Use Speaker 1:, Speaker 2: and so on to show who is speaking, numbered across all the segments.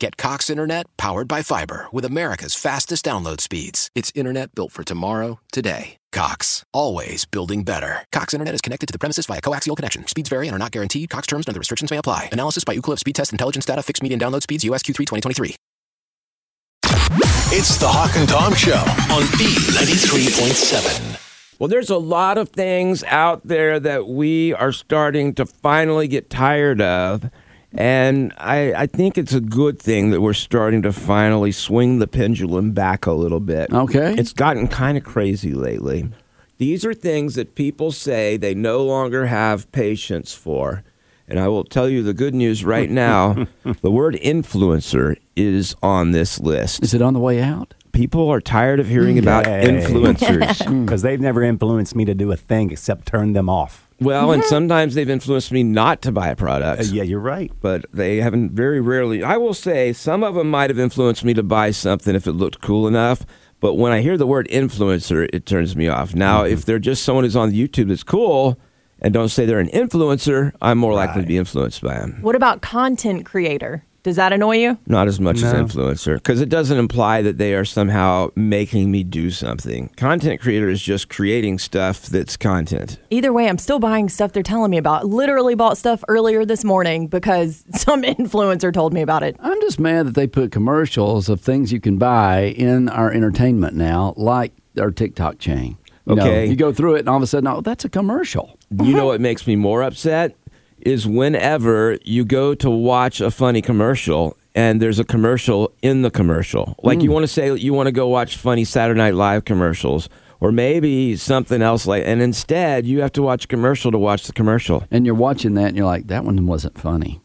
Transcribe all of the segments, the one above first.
Speaker 1: Get Cox Internet powered by fiber with America's fastest download speeds. It's internet built for tomorrow, today. Cox, always building better. Cox Internet is connected to the premises via coaxial connection. Speeds vary and are not guaranteed. Cox terms and other restrictions may apply. Analysis by Ookla of Speed Test Intelligence Data. Fixed median download speeds. USQ3 2023.
Speaker 2: It's the Hawk and Tom Show on B93.7.
Speaker 3: Well, there's a lot of things out there that we are starting to finally get tired of. And I, I think it's a good thing that we're starting to finally swing the pendulum back a little bit.
Speaker 4: Okay.
Speaker 3: It's gotten kind of crazy lately. These are things that people say they no longer have patience for. And I will tell you the good news right now the word influencer is on this list.
Speaker 4: Is it on the way out?
Speaker 3: People are tired of hearing about
Speaker 5: Yay.
Speaker 3: influencers.
Speaker 5: because they've never influenced me to do a thing except turn them off.
Speaker 3: Well, and sometimes they've influenced me not to buy products.
Speaker 5: Mm-hmm. Uh, yeah, you're right.
Speaker 3: But they haven't very rarely. I will say some of them might have influenced me to buy something if it looked cool enough. But when I hear the word influencer, it turns me off. Now,
Speaker 5: Mm-hmm.
Speaker 3: if they're just someone who's on YouTube that's cool and don't say they're an influencer, I'm more likely to be influenced by them.
Speaker 6: What about content creator? Does that annoy you?
Speaker 3: Not as much as
Speaker 5: No.
Speaker 3: influencer, because it doesn't imply that they are somehow making me do something. Content creator is just creating stuff that's content.
Speaker 6: Either way, I'm still buying stuff they're telling me about. Literally bought stuff earlier this morning because some influencer told me about it.
Speaker 4: I'm just mad that they put commercials of things you can buy in our entertainment now, like our TikTok chain. You know,
Speaker 3: Okay.
Speaker 4: you go through it, and all of a sudden, oh, that's a commercial.
Speaker 3: You know what makes me more upset is whenever you go to watch a funny commercial and there's a commercial in the commercial. Like you want to say you want to go watch funny Saturday Night Live commercials or maybe something else like and instead you have to watch a commercial to watch the commercial.
Speaker 4: And you're watching that, and you're like, that one wasn't funny.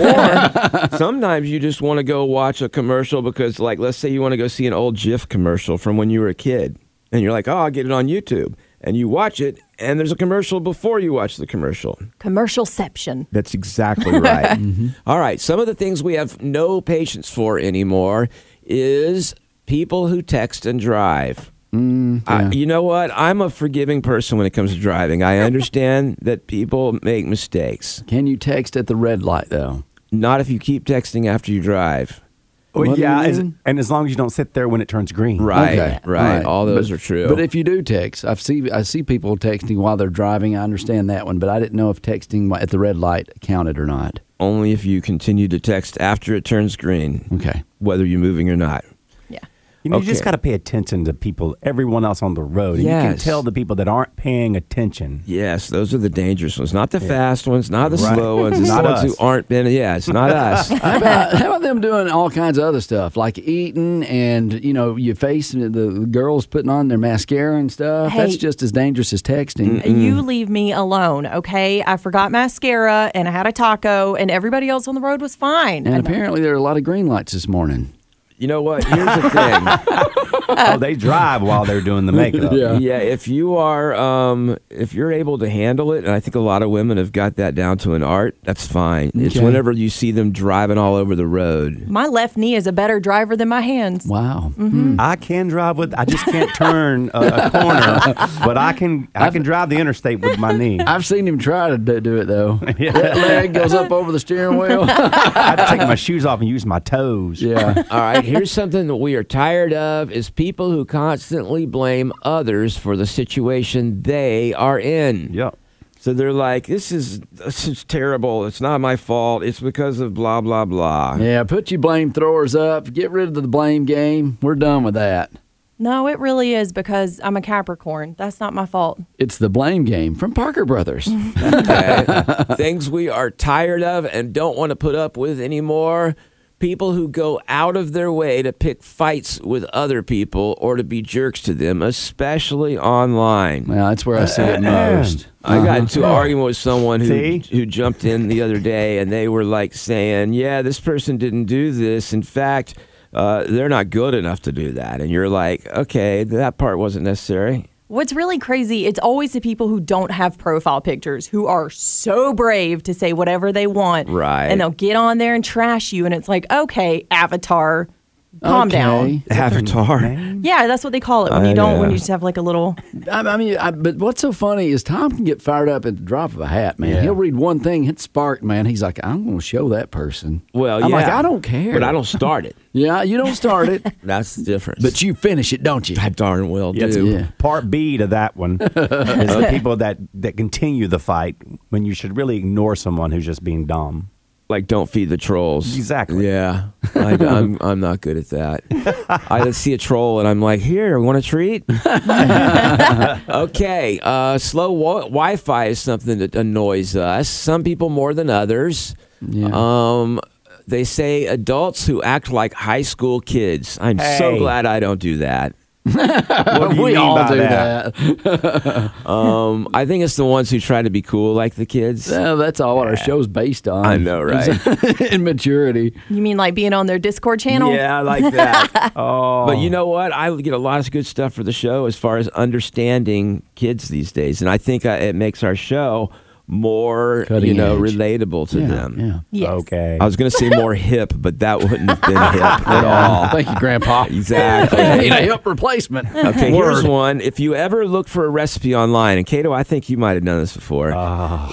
Speaker 3: No. Or sometimes you just want to go watch a commercial because, like, let's say you want to go see an old GIF commercial from when you were a kid, and you're like, oh, I'll get it on YouTube. And you watch it, and there's a commercial before you watch the commercial.
Speaker 6: Commercialception.
Speaker 3: That's exactly right. All right. Some of the things we have no patience for anymore is people who text and drive. I- you know what? I'm a forgiving person when it comes to driving. I understand that people make mistakes.
Speaker 4: Can you text at the red light though?
Speaker 3: Not if you keep texting after you drive.
Speaker 4: What do
Speaker 5: yeah,
Speaker 4: you
Speaker 5: as-
Speaker 4: mean?
Speaker 5: and as long as you don't sit there when it turns green.
Speaker 3: Right. Right. All those
Speaker 4: But-
Speaker 3: are true.
Speaker 4: But if you do text, I see I see people texting while they're driving. I understand that one, but I didn't know if texting at the red light counted or not.
Speaker 3: Only if you continue to text after it turns green,
Speaker 4: Okay.
Speaker 3: whether you're moving or not.
Speaker 6: Yeah.
Speaker 5: You, know, you just
Speaker 3: Okay.
Speaker 5: got to pay attention to people, everyone else on the road. And you can
Speaker 3: Yes.
Speaker 5: tell the people that aren't paying attention.
Speaker 3: Yes, those are the dangerous ones. Not the fast ones, not the
Speaker 5: Right.
Speaker 3: slow ones, it's
Speaker 5: Not
Speaker 3: the ones
Speaker 5: us.
Speaker 3: who aren't been. Yeah, it's not us.
Speaker 4: How about, how about them doing all kinds of other stuff like eating and you know your face and the girls putting on their mascara and stuff? That's
Speaker 6: Hey.
Speaker 4: just as dangerous as texting.
Speaker 6: You leave me alone, okay? I forgot mascara and I had a taco, and everybody else on the road was fine.
Speaker 4: And apparently there are a lot of green lights this morning.
Speaker 3: You know what? Here's the thing.
Speaker 5: oh, they drive while they're doing the makeup.
Speaker 4: Yeah.
Speaker 3: yeah, if you are um, if you're able to handle it, and I think a lot of women have got that down to an art, that's fine. It's
Speaker 4: Okay.
Speaker 3: whenever you see them driving all over the road.
Speaker 6: my left knee is a better driver than my hands.
Speaker 4: Wow.
Speaker 5: Mm-hmm.
Speaker 6: Mm-hmm.
Speaker 5: I can drive with. I just can't turn a, a corner, but I can. I can drive the interstate with my knee.
Speaker 4: I've seen him try to do, do it though. That leg goes up over the steering wheel.
Speaker 5: I take my shoes off and use my toes.
Speaker 4: yeah.
Speaker 3: All right, here's something that we are tired of is people who constantly blame others for the situation they are in.
Speaker 5: Yep.
Speaker 3: So they're like, this is this is terrible. It's not my fault. It's because of blah blah blah.
Speaker 4: Yeah, put your blame throwers up. Get rid of the blame game. We're done with that.
Speaker 6: No, it really is because I'm a Capricorn. That's not my fault.
Speaker 4: It's the blame game from Parker Brothers.
Speaker 6: Mm-hmm.
Speaker 3: Okay. Things we are tired of and don't want to put up with anymore. people who go out of their way to pick fights with other people or to be jerks to them, especially online.
Speaker 4: Well, uh-huh. that's where I see it
Speaker 5: uh,
Speaker 4: most.
Speaker 3: I got into an argument with someone who,
Speaker 5: See?
Speaker 3: who jumped in the other day, and they were like saying, "Yeah, this person didn't do this. In fact, uh, they're not good enough to do that." And you're like, "Okay, that part wasn't necessary."
Speaker 6: What's really crazy, it's always the people who don't have profile pictures who are so brave to say whatever they want.
Speaker 3: Right.
Speaker 6: And they'll get on there and trash you. And it's like, okay, avatar, calm down.
Speaker 4: Okay.
Speaker 3: Avatar.
Speaker 6: Yeah, that's what they call it when
Speaker 3: I
Speaker 6: you don't, when
Speaker 3: know.
Speaker 6: you just have like a little.
Speaker 4: I, I mean, I, but what's so funny is Tom can get fired up at the drop of a hat, man. He'll read one thing, hit spark, man. He's like, I'm going to show that person.
Speaker 3: Well,
Speaker 4: I'm
Speaker 3: yeah,
Speaker 4: like, I don't care.
Speaker 3: but I don't start it.
Speaker 4: Yeah, you don't start it,
Speaker 3: That's the difference.
Speaker 4: but you finish it, don't you?
Speaker 3: I darn well
Speaker 5: That's
Speaker 3: do.
Speaker 4: Yeah.
Speaker 5: part B to that one is the people that, that continue the fight when you should really ignore someone who's just being dumb.
Speaker 3: Like, don't feed the trolls.
Speaker 5: Exactly.
Speaker 3: Yeah, I, am I'm not good at that. I see a troll and I'm like, here, want a treat? okay. Uh, slow wa- Wi-Fi is something that annoys us. Some people more than others. Um, they say adults who act like high school kids. I'm so
Speaker 5: Hey.
Speaker 3: glad I don't do that.
Speaker 5: What do you
Speaker 4: we
Speaker 5: mean
Speaker 4: all
Speaker 5: by
Speaker 4: do
Speaker 5: that?
Speaker 4: that.
Speaker 3: Um, I think it's the ones who try to be cool like the kids.
Speaker 4: Yeah, that's all what our show's based on.
Speaker 3: I know, right?
Speaker 4: In maturity.
Speaker 6: You mean like being on their Discord channel?
Speaker 3: Yeah, I like that.
Speaker 5: Oh,
Speaker 3: But you know what? I get a lot of good stuff for the show as far as understanding kids these days, and I think uh, it makes our show more,
Speaker 4: Cutting
Speaker 3: you know,
Speaker 4: edge.
Speaker 3: relatable to them.
Speaker 4: Yeah.
Speaker 6: Yes.
Speaker 5: okay.
Speaker 3: I was going to say more hip, but that wouldn't have been hip at all.
Speaker 4: Thank you, Grandpa.
Speaker 3: Exactly.
Speaker 4: Need a hip replacement.
Speaker 3: Okay, here's one. If you ever look for a recipe online, and Kato, I think you might have done this before.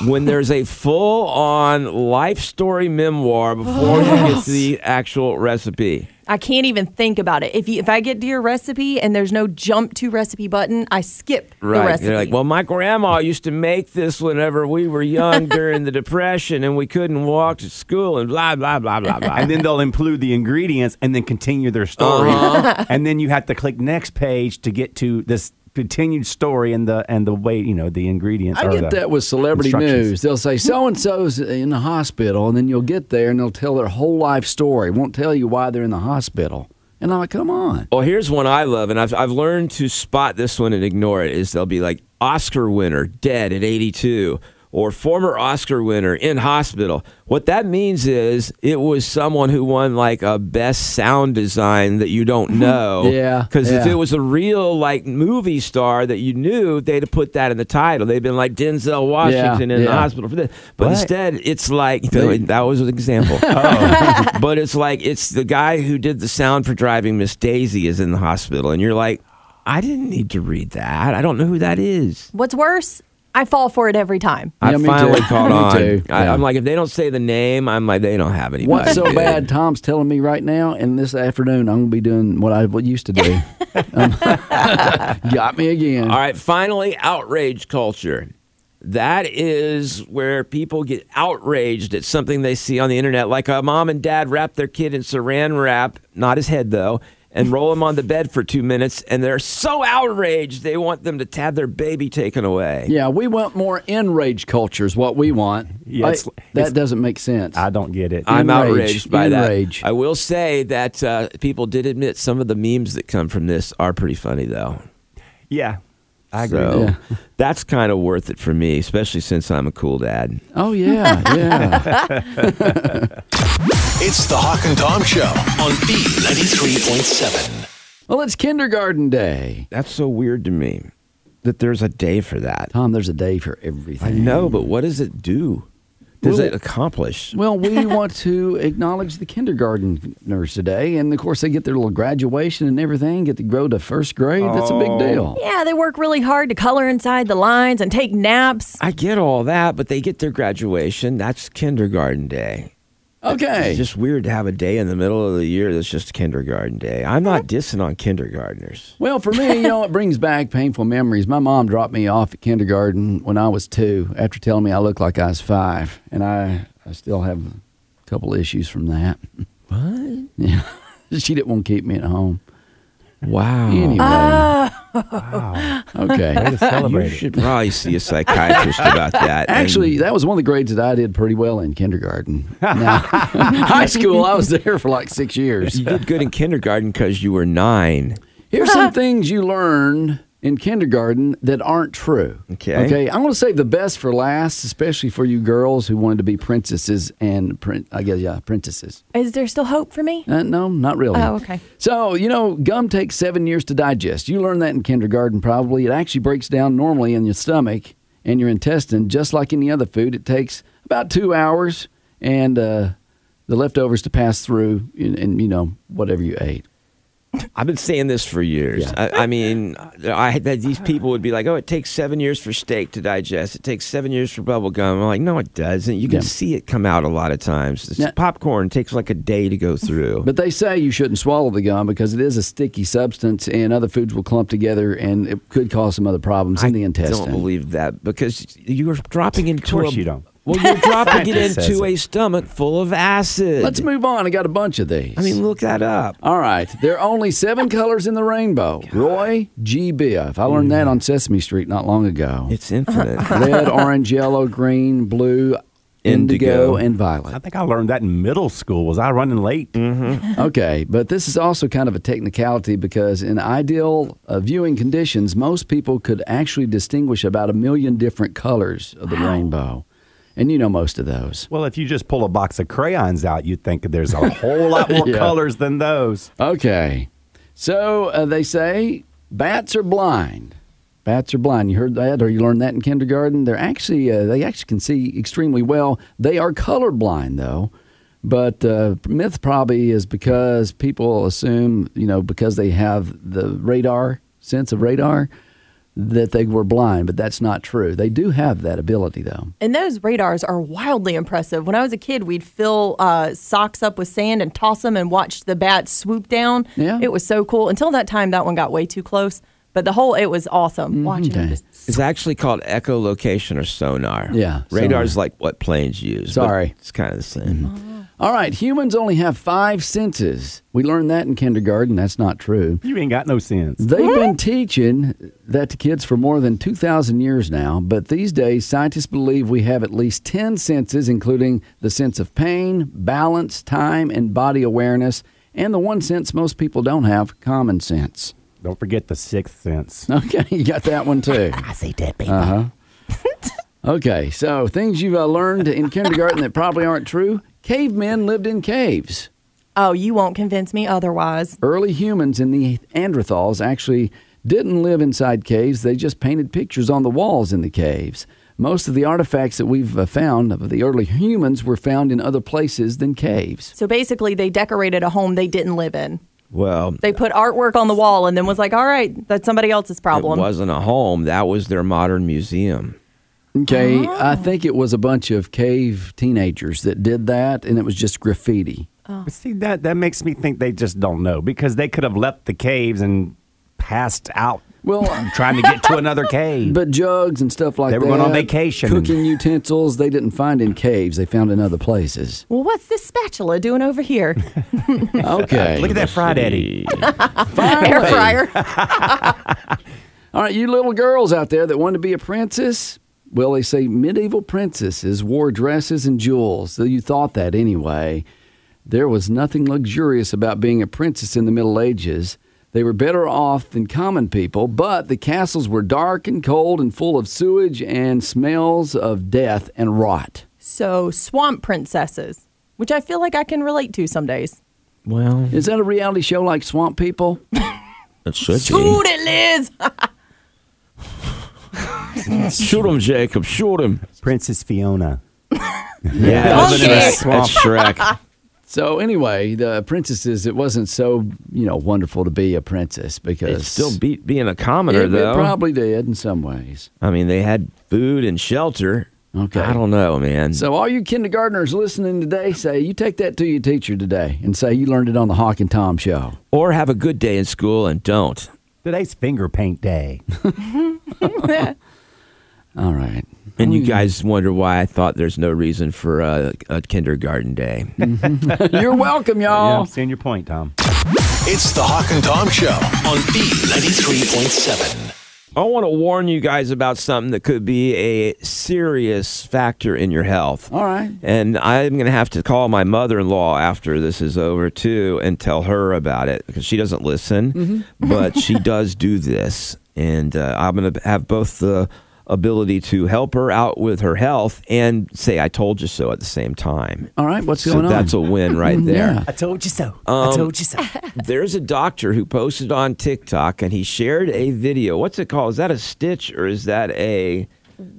Speaker 3: When there's a full on life story memoir before you get to the actual recipe.
Speaker 6: I can't even think about it. If you, if I get to your recipe and there's no jump to recipe button, I skip the
Speaker 3: Right.
Speaker 6: recipe.
Speaker 3: They're like, well, my grandma used to make this whenever we were young during the Depression and we couldn't walk to school and blah, blah, blah, blah, blah.
Speaker 5: and then they'll include the ingredients and then continue their story.
Speaker 4: Uh-huh.
Speaker 5: and then you have to click next page to get to this continued story and the and the way you know the ingredients.
Speaker 4: I
Speaker 5: or
Speaker 4: get
Speaker 5: the
Speaker 4: that with celebrity
Speaker 5: instructions.
Speaker 4: news. They'll say so and so's in the hospital, and then you'll get there and they'll tell their whole life story. Won't tell you why they're in the hospital. And I'm like, come on.
Speaker 3: Well, here's one I love, and I've, I've learned to spot this one and ignore it. Is they'll be like Oscar winner dead at 82, or former Oscar winner in hospital. What that means is it was someone who won like a best sound design that you don't know.
Speaker 4: Yeah,
Speaker 3: because if
Speaker 4: yeah.
Speaker 3: it was a real like movie star that you knew, they'd have put that in the title. They'd been like Denzel Washington in the
Speaker 4: yeah.
Speaker 3: hospital for this, but
Speaker 5: What?
Speaker 3: instead it's like that was an example.
Speaker 4: Oh.
Speaker 3: But it's like it's the guy who did the sound for driving Miss Daisy is in the hospital, and you're like, I didn't need to read that. I don't know who that is.
Speaker 6: What's worse, I fall for it every time.
Speaker 3: I
Speaker 4: Yeah, me
Speaker 3: finally
Speaker 4: too.
Speaker 3: caught
Speaker 4: Me
Speaker 3: on.
Speaker 4: too.
Speaker 3: I,
Speaker 4: Yeah.
Speaker 3: I'm like, if they don't say the name, I'm like, they don't have anybody.
Speaker 4: What's so
Speaker 3: good.
Speaker 4: bad? Tom's telling me right now, and this afternoon I'm gonna be doing what I used to do. Um, got me again.
Speaker 3: All right, finally, outrage culture. That is where people get outraged at something they see on the internet, like a mom and dad wrap their kid in saran wrap, not his head though, and roll him on the bed for two minutes, and they're so outraged they want them to have their baby taken away.
Speaker 4: Yeah, we want more enrage culture is what we want.
Speaker 5: Yeah,
Speaker 4: Like,
Speaker 5: it's-
Speaker 4: that
Speaker 5: it's-
Speaker 4: doesn't make sense.
Speaker 5: I don't get it.
Speaker 3: I'm
Speaker 4: Enrage.
Speaker 3: outraged by
Speaker 4: Enrage.
Speaker 3: that. I will say that uh, people did admit some of the memes that come from this are pretty funny though.
Speaker 5: yeah, I agree.
Speaker 3: So
Speaker 4: Yeah.
Speaker 3: that's kind of worth it for me, especially since I'm a cool dad.
Speaker 4: oh yeah, yeah.
Speaker 2: It's the Hawk and Tom Show on B93.7.
Speaker 4: Well, it's kindergarten day.
Speaker 3: That's so weird to me that there's a day for that.
Speaker 4: Tom, there's a day for everything.
Speaker 3: I know, but what does it do? Does
Speaker 4: Well-
Speaker 3: it accomplish?
Speaker 4: Well, we want to acknowledge the kindergartners today. And of course, they get their little graduation and everything, get to grow to first grade. That's a big deal.
Speaker 3: Oh,
Speaker 6: Yeah, they work really hard to color inside the lines and take naps.
Speaker 3: I get all that, but they get their graduation. That's kindergarten day. It's
Speaker 4: Okay.
Speaker 3: just weird to have a day in the middle of the year that's just kindergarten day. I'm not dissing on kindergartners.
Speaker 4: Well, for me, you know, it brings back painful memories. My mom dropped me off at kindergarten when I was two after telling me I looked like I was five. And I, I still have a couple issues from that.
Speaker 3: What?
Speaker 4: Yeah. she didn't want to keep me at home.
Speaker 3: Wow.
Speaker 4: Anyway.
Speaker 3: Ah.
Speaker 4: Okay.
Speaker 3: You should probably see a psychiatrist about that. and-
Speaker 4: Actually, that was one of the grades that I did pretty well in kindergarten. Now, high school, I was there for like six years.
Speaker 3: you did good in kindergarten because you were nine.
Speaker 4: Here's some things you learn in kindergarten that aren't true.
Speaker 3: Okay.
Speaker 4: Okay. I want to save the best for last, especially for you girls who wanted to be princesses and prin- I guess yeah, princesses.
Speaker 6: Is there still hope for me?
Speaker 4: Uh, no, not really.
Speaker 6: Oh, okay.
Speaker 4: So, you know, gum takes seven years to digest. You learned that in kindergarten, probably. It actually breaks down normally in your stomach and your intestine, just like any other food. It takes about two hours and uh, the leftovers to pass through and, and, you know, whatever you ate.
Speaker 3: I've been saying this for years. I, I mean, I that these people would be like, "Oh, it takes seven years for steak to digest. It takes seven years for bubble gum." I'm like, "No, it doesn't. You can
Speaker 4: Yeah.
Speaker 3: see it come out a lot of times. This
Speaker 4: Now-
Speaker 3: popcorn takes like a day to go through."
Speaker 4: But they say you shouldn't swallow the gum because it is a sticky substance and other foods will clump together and it could cause some other problems in the intestine.
Speaker 3: I don't believe that because you are dropping into.
Speaker 5: course
Speaker 3: a,
Speaker 5: you don't.
Speaker 3: Well, you're dropping it
Speaker 5: Scientist says
Speaker 3: into
Speaker 5: it.
Speaker 3: a stomach full of acid.
Speaker 4: Let's move on. I got a bunch of these.
Speaker 3: I mean, look that up.
Speaker 4: All right. There are only seven colors in the rainbow. Roy G. Biff. I learned that on Sesame Street not long ago.
Speaker 3: It's infinite.
Speaker 4: Red, orange, yellow, green, blue,
Speaker 3: Indigo.
Speaker 4: indigo, and
Speaker 5: I
Speaker 4: violet.
Speaker 5: think I learned that in middle school. Was I running late?
Speaker 4: Okay, but this is also kind of a technicality because in ideal uh, viewing conditions, most people could actually distinguish about a million different colors of the rainbow. And you know most of those.
Speaker 5: Well, if you just pull a box of crayons out, you'd think there's a whole lot more
Speaker 4: Yeah.
Speaker 5: colors than those.
Speaker 4: Okay. So uh, they say bats are blind. Bats are blind. You heard that, or you learned that in kindergarten. They're actually uh, they actually can see extremely well. They are colorblind though, but uh, myth probably is because people assume you know because they have the radar sense of radar that they were blind, but that's not true. They do have that ability though.
Speaker 6: And those radars are wildly impressive. When I was a kid, we'd fill uh, socks up with sand and toss them and watch the bats swoop down.
Speaker 4: Yeah.
Speaker 6: It was so cool. Until that time, that one got way too close. But the whole, it was awesome watching them
Speaker 4: Okay.
Speaker 6: just
Speaker 3: It's actually called echolocation or sonar.
Speaker 4: Yeah,
Speaker 3: Radar's like what planes use. but
Speaker 4: Sorry. Mm-hmm.
Speaker 3: It's kind of the same.
Speaker 4: All right, humans only have five senses. We learned that in kindergarten. That's not true.
Speaker 5: You ain't got no sense.
Speaker 4: They've been teaching that to kids for more than 2,000 years now, but these days scientists believe we have at least 10 senses, including the sense of pain, balance, time, and body awareness, and the one sense most people don't have common sense.
Speaker 5: Don't forget the sixth sense.
Speaker 4: Okay, you got that one too. I see dead people. Uh-huh. okay, so things you've uh, learned in kindergarten that probably aren't true cavemen lived in caves.
Speaker 6: Oh, you won't convince me otherwise.
Speaker 4: early humans and the Neanderthals actually didn't live inside caves. They just painted pictures on the walls in the caves. Most of the artifacts that we've uh, found of the early humans were found in other places than caves.
Speaker 6: So basically, they decorated a home they didn't live in.
Speaker 3: Well,
Speaker 6: They put artwork on the wall and then was like, all right, that's somebody else's problem.
Speaker 3: It wasn't a home. That was their modern museum.
Speaker 4: Okay, I think it was a bunch of cave teenagers that did that, and it was just graffiti.
Speaker 5: But See that that makes me think they just don't know because they could have left the caves and passed out
Speaker 4: Well,
Speaker 5: trying to get to another cave.
Speaker 4: but jugs and stuff like
Speaker 5: They
Speaker 4: that.
Speaker 5: were going on vacation.
Speaker 4: Cooking utensils they didn't find in caves, they found in other places.
Speaker 6: well, what's this spatula doing over here?
Speaker 4: Okay.
Speaker 5: Look at that fried Eddie.
Speaker 6: Air fryer.
Speaker 4: All right, you little girls out there that want to be a princess, well, they say medieval princesses wore dresses and jewels. So you thought that anyway. There was nothing luxurious about being a princess in the Middle Ages. They were better off than common people, but the castles were dark and cold and full of sewage and smells of death and rot.
Speaker 6: so, swamp princesses, which I feel like I can relate to some days.
Speaker 3: Well,
Speaker 4: Is that a reality show like Swamp People?
Speaker 3: it should
Speaker 6: Shoot it, Liz.
Speaker 3: be. Shoot him, Jacob. Shoot him.
Speaker 5: Princess Fiona.
Speaker 3: Yeah, that's
Speaker 6: Don't
Speaker 3: Shrek.
Speaker 6: shoot.
Speaker 3: That's Shrek.
Speaker 4: So anyway, the princesses, it wasn't so, you know, wonderful to be a princess because
Speaker 3: It still beat being a commoner,
Speaker 4: it,
Speaker 3: though.
Speaker 4: it probably did in some ways.
Speaker 3: I mean, they had food and shelter.
Speaker 4: Okay.
Speaker 3: I don't know, man.
Speaker 4: So, all you kindergartners listening today, say you take that to your teacher today and say you learned it on the Hawk and Tom show.
Speaker 3: or have a good day in school and don't.
Speaker 5: Today's finger paint day.
Speaker 4: All right.
Speaker 3: And you guys wonder why I thought there's no reason for a, a kindergarten day.
Speaker 4: You're welcome, y'all.
Speaker 5: seeing your point, Tom.
Speaker 2: It's the Hawk and Tom Show on B93.7.
Speaker 3: I want to warn you guys about something that could be a serious factor in your health.
Speaker 4: All right.
Speaker 3: And I'm going to have to call my mother in law after this is over, too, and tell her about it because she doesn't listen,
Speaker 4: Mm-hmm.
Speaker 3: but she does do this. And uh, I'm going to have both the ability to help her out with her health and say, I told you so at the same time.
Speaker 4: All right, what's
Speaker 3: so
Speaker 4: going on?
Speaker 3: That's a win right there
Speaker 4: Yeah.
Speaker 5: I told you so. I
Speaker 4: Um,
Speaker 5: told you so.
Speaker 3: there's a doctor who posted on TikTok and he shared a video. What's it called? Is that a stitch or is that a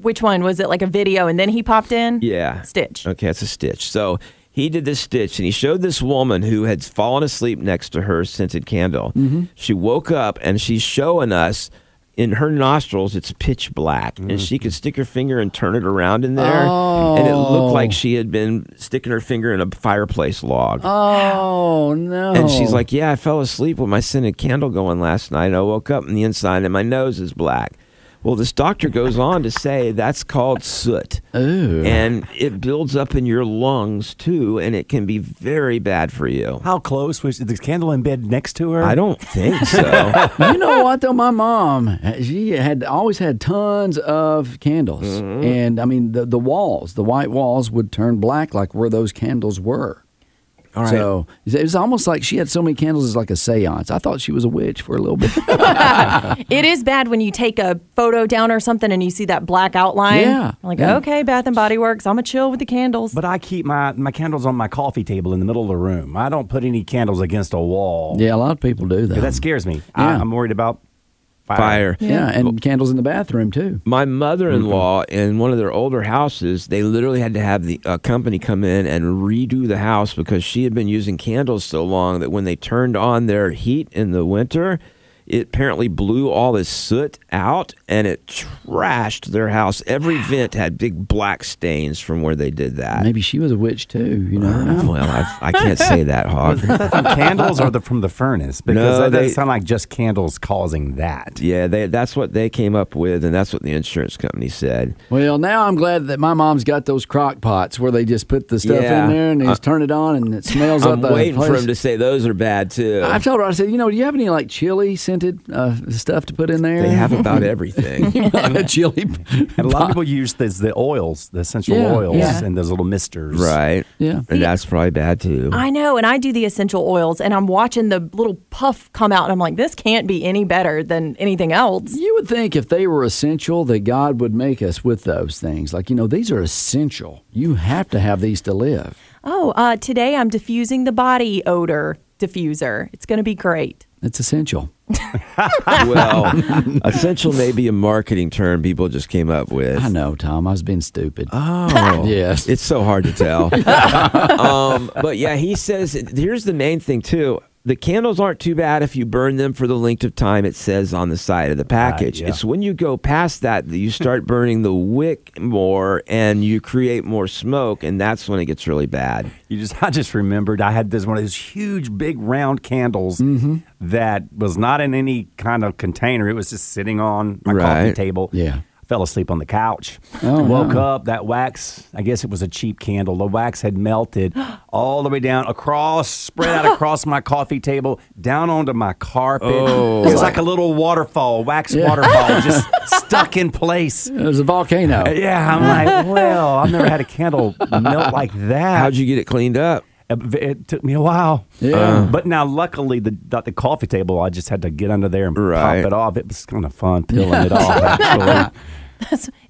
Speaker 6: Which one was it? Like a video, and then he popped in.
Speaker 3: yeah
Speaker 6: Stitch.
Speaker 3: Okay, it's a stitch. So he did this stitch and he showed this woman who had fallen asleep next to her scented candle. She woke up and she's showing us. In her nostrils, it's pitch black, and she could stick her finger and turn it around in there, and it looked like she had been sticking her finger in a fireplace log.
Speaker 4: Oh no!
Speaker 3: And she's like, Yeah, I fell asleep with my scented candle going last night. I woke up and the inside and my nose is black. Well, this doctor goes on to say that's called soot.
Speaker 4: Ooh.
Speaker 3: And it builds up in your lungs too, and it can be very bad for you.
Speaker 5: How close was the candle in bed next to her?
Speaker 3: I don't think so.
Speaker 4: you know what though? My mom, she had always had tons of candles,
Speaker 3: Mm-hmm.
Speaker 4: and I mean the the walls, the white walls would turn black like where those candles were.
Speaker 3: All right.
Speaker 4: So it was almost like she had so many candles, it's like a séance. I thought she was a witch for a little bit.
Speaker 6: It is bad when you take a photo down or something and you see that black outline.
Speaker 4: Yeah.
Speaker 6: I'm like,
Speaker 4: Yeah.
Speaker 6: okay, Bath and Body Works. I'm going to chill with the candles.
Speaker 5: But I keep my, my candles on my coffee table in the middle of the room. I don't put any candles against a wall.
Speaker 4: yeah, a lot of people do that.
Speaker 5: That scares me. I,
Speaker 4: Yeah.
Speaker 5: I'm worried about fire.
Speaker 3: Fire.
Speaker 4: yeah, and candles in the bathroom too.
Speaker 3: My mother in law,
Speaker 4: Mm-hmm.
Speaker 3: in one of their older houses, they literally had to have the uh, company come in and redo the house because she had been using candles so long that when they turned on their heat in the winter, it apparently blew all this soot out and it trashed their house. Every vent had big black stains from where they did that.
Speaker 4: Maybe she was a witch too. You never know.
Speaker 3: Well, I, I can't say that, Hog.
Speaker 5: candles are the, from the furnace because
Speaker 3: No,
Speaker 5: that
Speaker 3: they-
Speaker 5: doesn't sound like just candles causing that.
Speaker 3: Yeah, they, that's what they came up with, and that's what the insurance company said.
Speaker 4: Well, now I'm glad that my mom's got those crock pots where they just put the stuff
Speaker 3: Yeah. Uh,
Speaker 4: in there and they just turn it on and it smells
Speaker 3: I'm
Speaker 4: up the
Speaker 3: waiting
Speaker 4: place.
Speaker 3: for him to say those are bad too.
Speaker 4: I've told her, I said, you know, do you have any like chili scented uh, stuff to put in there?
Speaker 3: they have about everything.
Speaker 4: a chili.
Speaker 5: And a lot of people use this, the oils, the essential
Speaker 4: Yeah,
Speaker 5: oils,
Speaker 4: yeah.
Speaker 5: and those little misters.
Speaker 3: Right.
Speaker 4: Yeah.
Speaker 3: And that's probably bad too.
Speaker 6: I know, and I do the essential oils, and I'm watching the little puff come out, and I'm like, this can't be any better than anything else.
Speaker 4: You would think if they were essential that God would make us with those things. Like, you know, these are essential. You have to have these to live.
Speaker 6: Oh, uh, today I'm diffusing the body odor diffuser. It's going to be great.
Speaker 4: It's essential.
Speaker 3: well, essential may be a marketing term people just came up with.
Speaker 4: I know, Tom. I was being stupid.
Speaker 3: Oh,
Speaker 4: Yes.
Speaker 3: It's so hard to tell. um, but yeah, he says here's the main thing too. The candles aren't too bad if you burn them for the length of time it says on the side of
Speaker 4: Ah,
Speaker 3: the package.
Speaker 5: yeah.
Speaker 3: It's when you go past that that you start burning the wick more and you create more smoke, and that's when it gets really bad.
Speaker 5: You just, I just remembered I had this one of those huge, big, round candles that was not in any kind of container. It was just sitting on my coffee
Speaker 3: Right.
Speaker 5: table.
Speaker 4: Yeah.
Speaker 5: I fell asleep on the couch.
Speaker 4: Oh,
Speaker 5: Woke
Speaker 4: no.
Speaker 5: up. That wax. I guess it was a cheap candle. The wax had melted all the way down across, spread out across my coffee table, down onto my carpet.
Speaker 3: Oh.
Speaker 5: It was like a little waterfall, wax waterfall, just stuck in place.
Speaker 4: It was a volcano.
Speaker 5: Yeah, I'm like, well, I've never had a candle melt like
Speaker 4: Ah.
Speaker 5: that.
Speaker 3: How'd you get it cleaned up?
Speaker 5: It it took me a while. Um,
Speaker 4: Yeah.
Speaker 3: Uh.
Speaker 5: but now, luckily, the not the coffee table, I just had to get under there and
Speaker 3: Right.
Speaker 5: pop it off. It was kind of fun peeling it off, actually.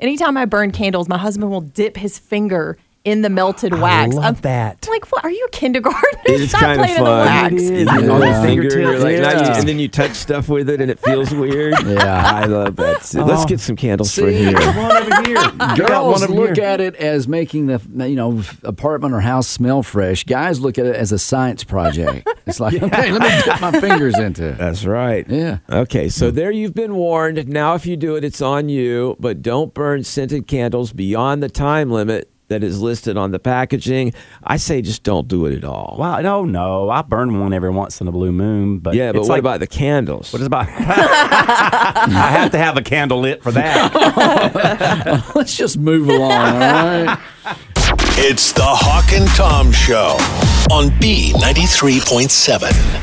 Speaker 6: Anytime I burn candles, my husband will dip his finger in the melted wax.
Speaker 5: love
Speaker 6: I'm
Speaker 5: that.
Speaker 6: I'm like, what? Are you a kindergarten?
Speaker 3: It's
Speaker 6: Stop
Speaker 3: kind of
Speaker 6: playing in the
Speaker 3: fun.
Speaker 6: wax.
Speaker 5: It is.
Speaker 3: You get it on your
Speaker 5: Yeah.
Speaker 3: finger, and you're like,
Speaker 5: Fingertips.
Speaker 3: "Nice,"
Speaker 5: Yeah.
Speaker 3: and then you touch stuff with it, and it feels weird.
Speaker 4: Yeah.
Speaker 3: I love that. too. Let's get some candles for
Speaker 4: See?
Speaker 3: here.
Speaker 5: one over here. You got
Speaker 4: Girls
Speaker 5: one over
Speaker 4: look
Speaker 5: here.
Speaker 4: at it as making the you know apartment or house smell fresh. Guys look at it as a science project. It's like, okay, let me dip my fingers into it.
Speaker 3: That's right.
Speaker 4: Yeah.
Speaker 3: Okay, so there you've been warned. Now, if you do it, it's on you. But don't burn scented candles beyond the time limit that is listed on the packaging. I say just don't do it at all.
Speaker 5: Wow, no, no. I burn one every once in a blue moon. But
Speaker 3: Yeah, but
Speaker 5: it's
Speaker 3: what
Speaker 5: like-
Speaker 3: about the candles?
Speaker 5: What is about? I have to have a candle lit for that.
Speaker 4: Let's just move along. All right.
Speaker 2: It's the Hawk and Tom Show on B93.7.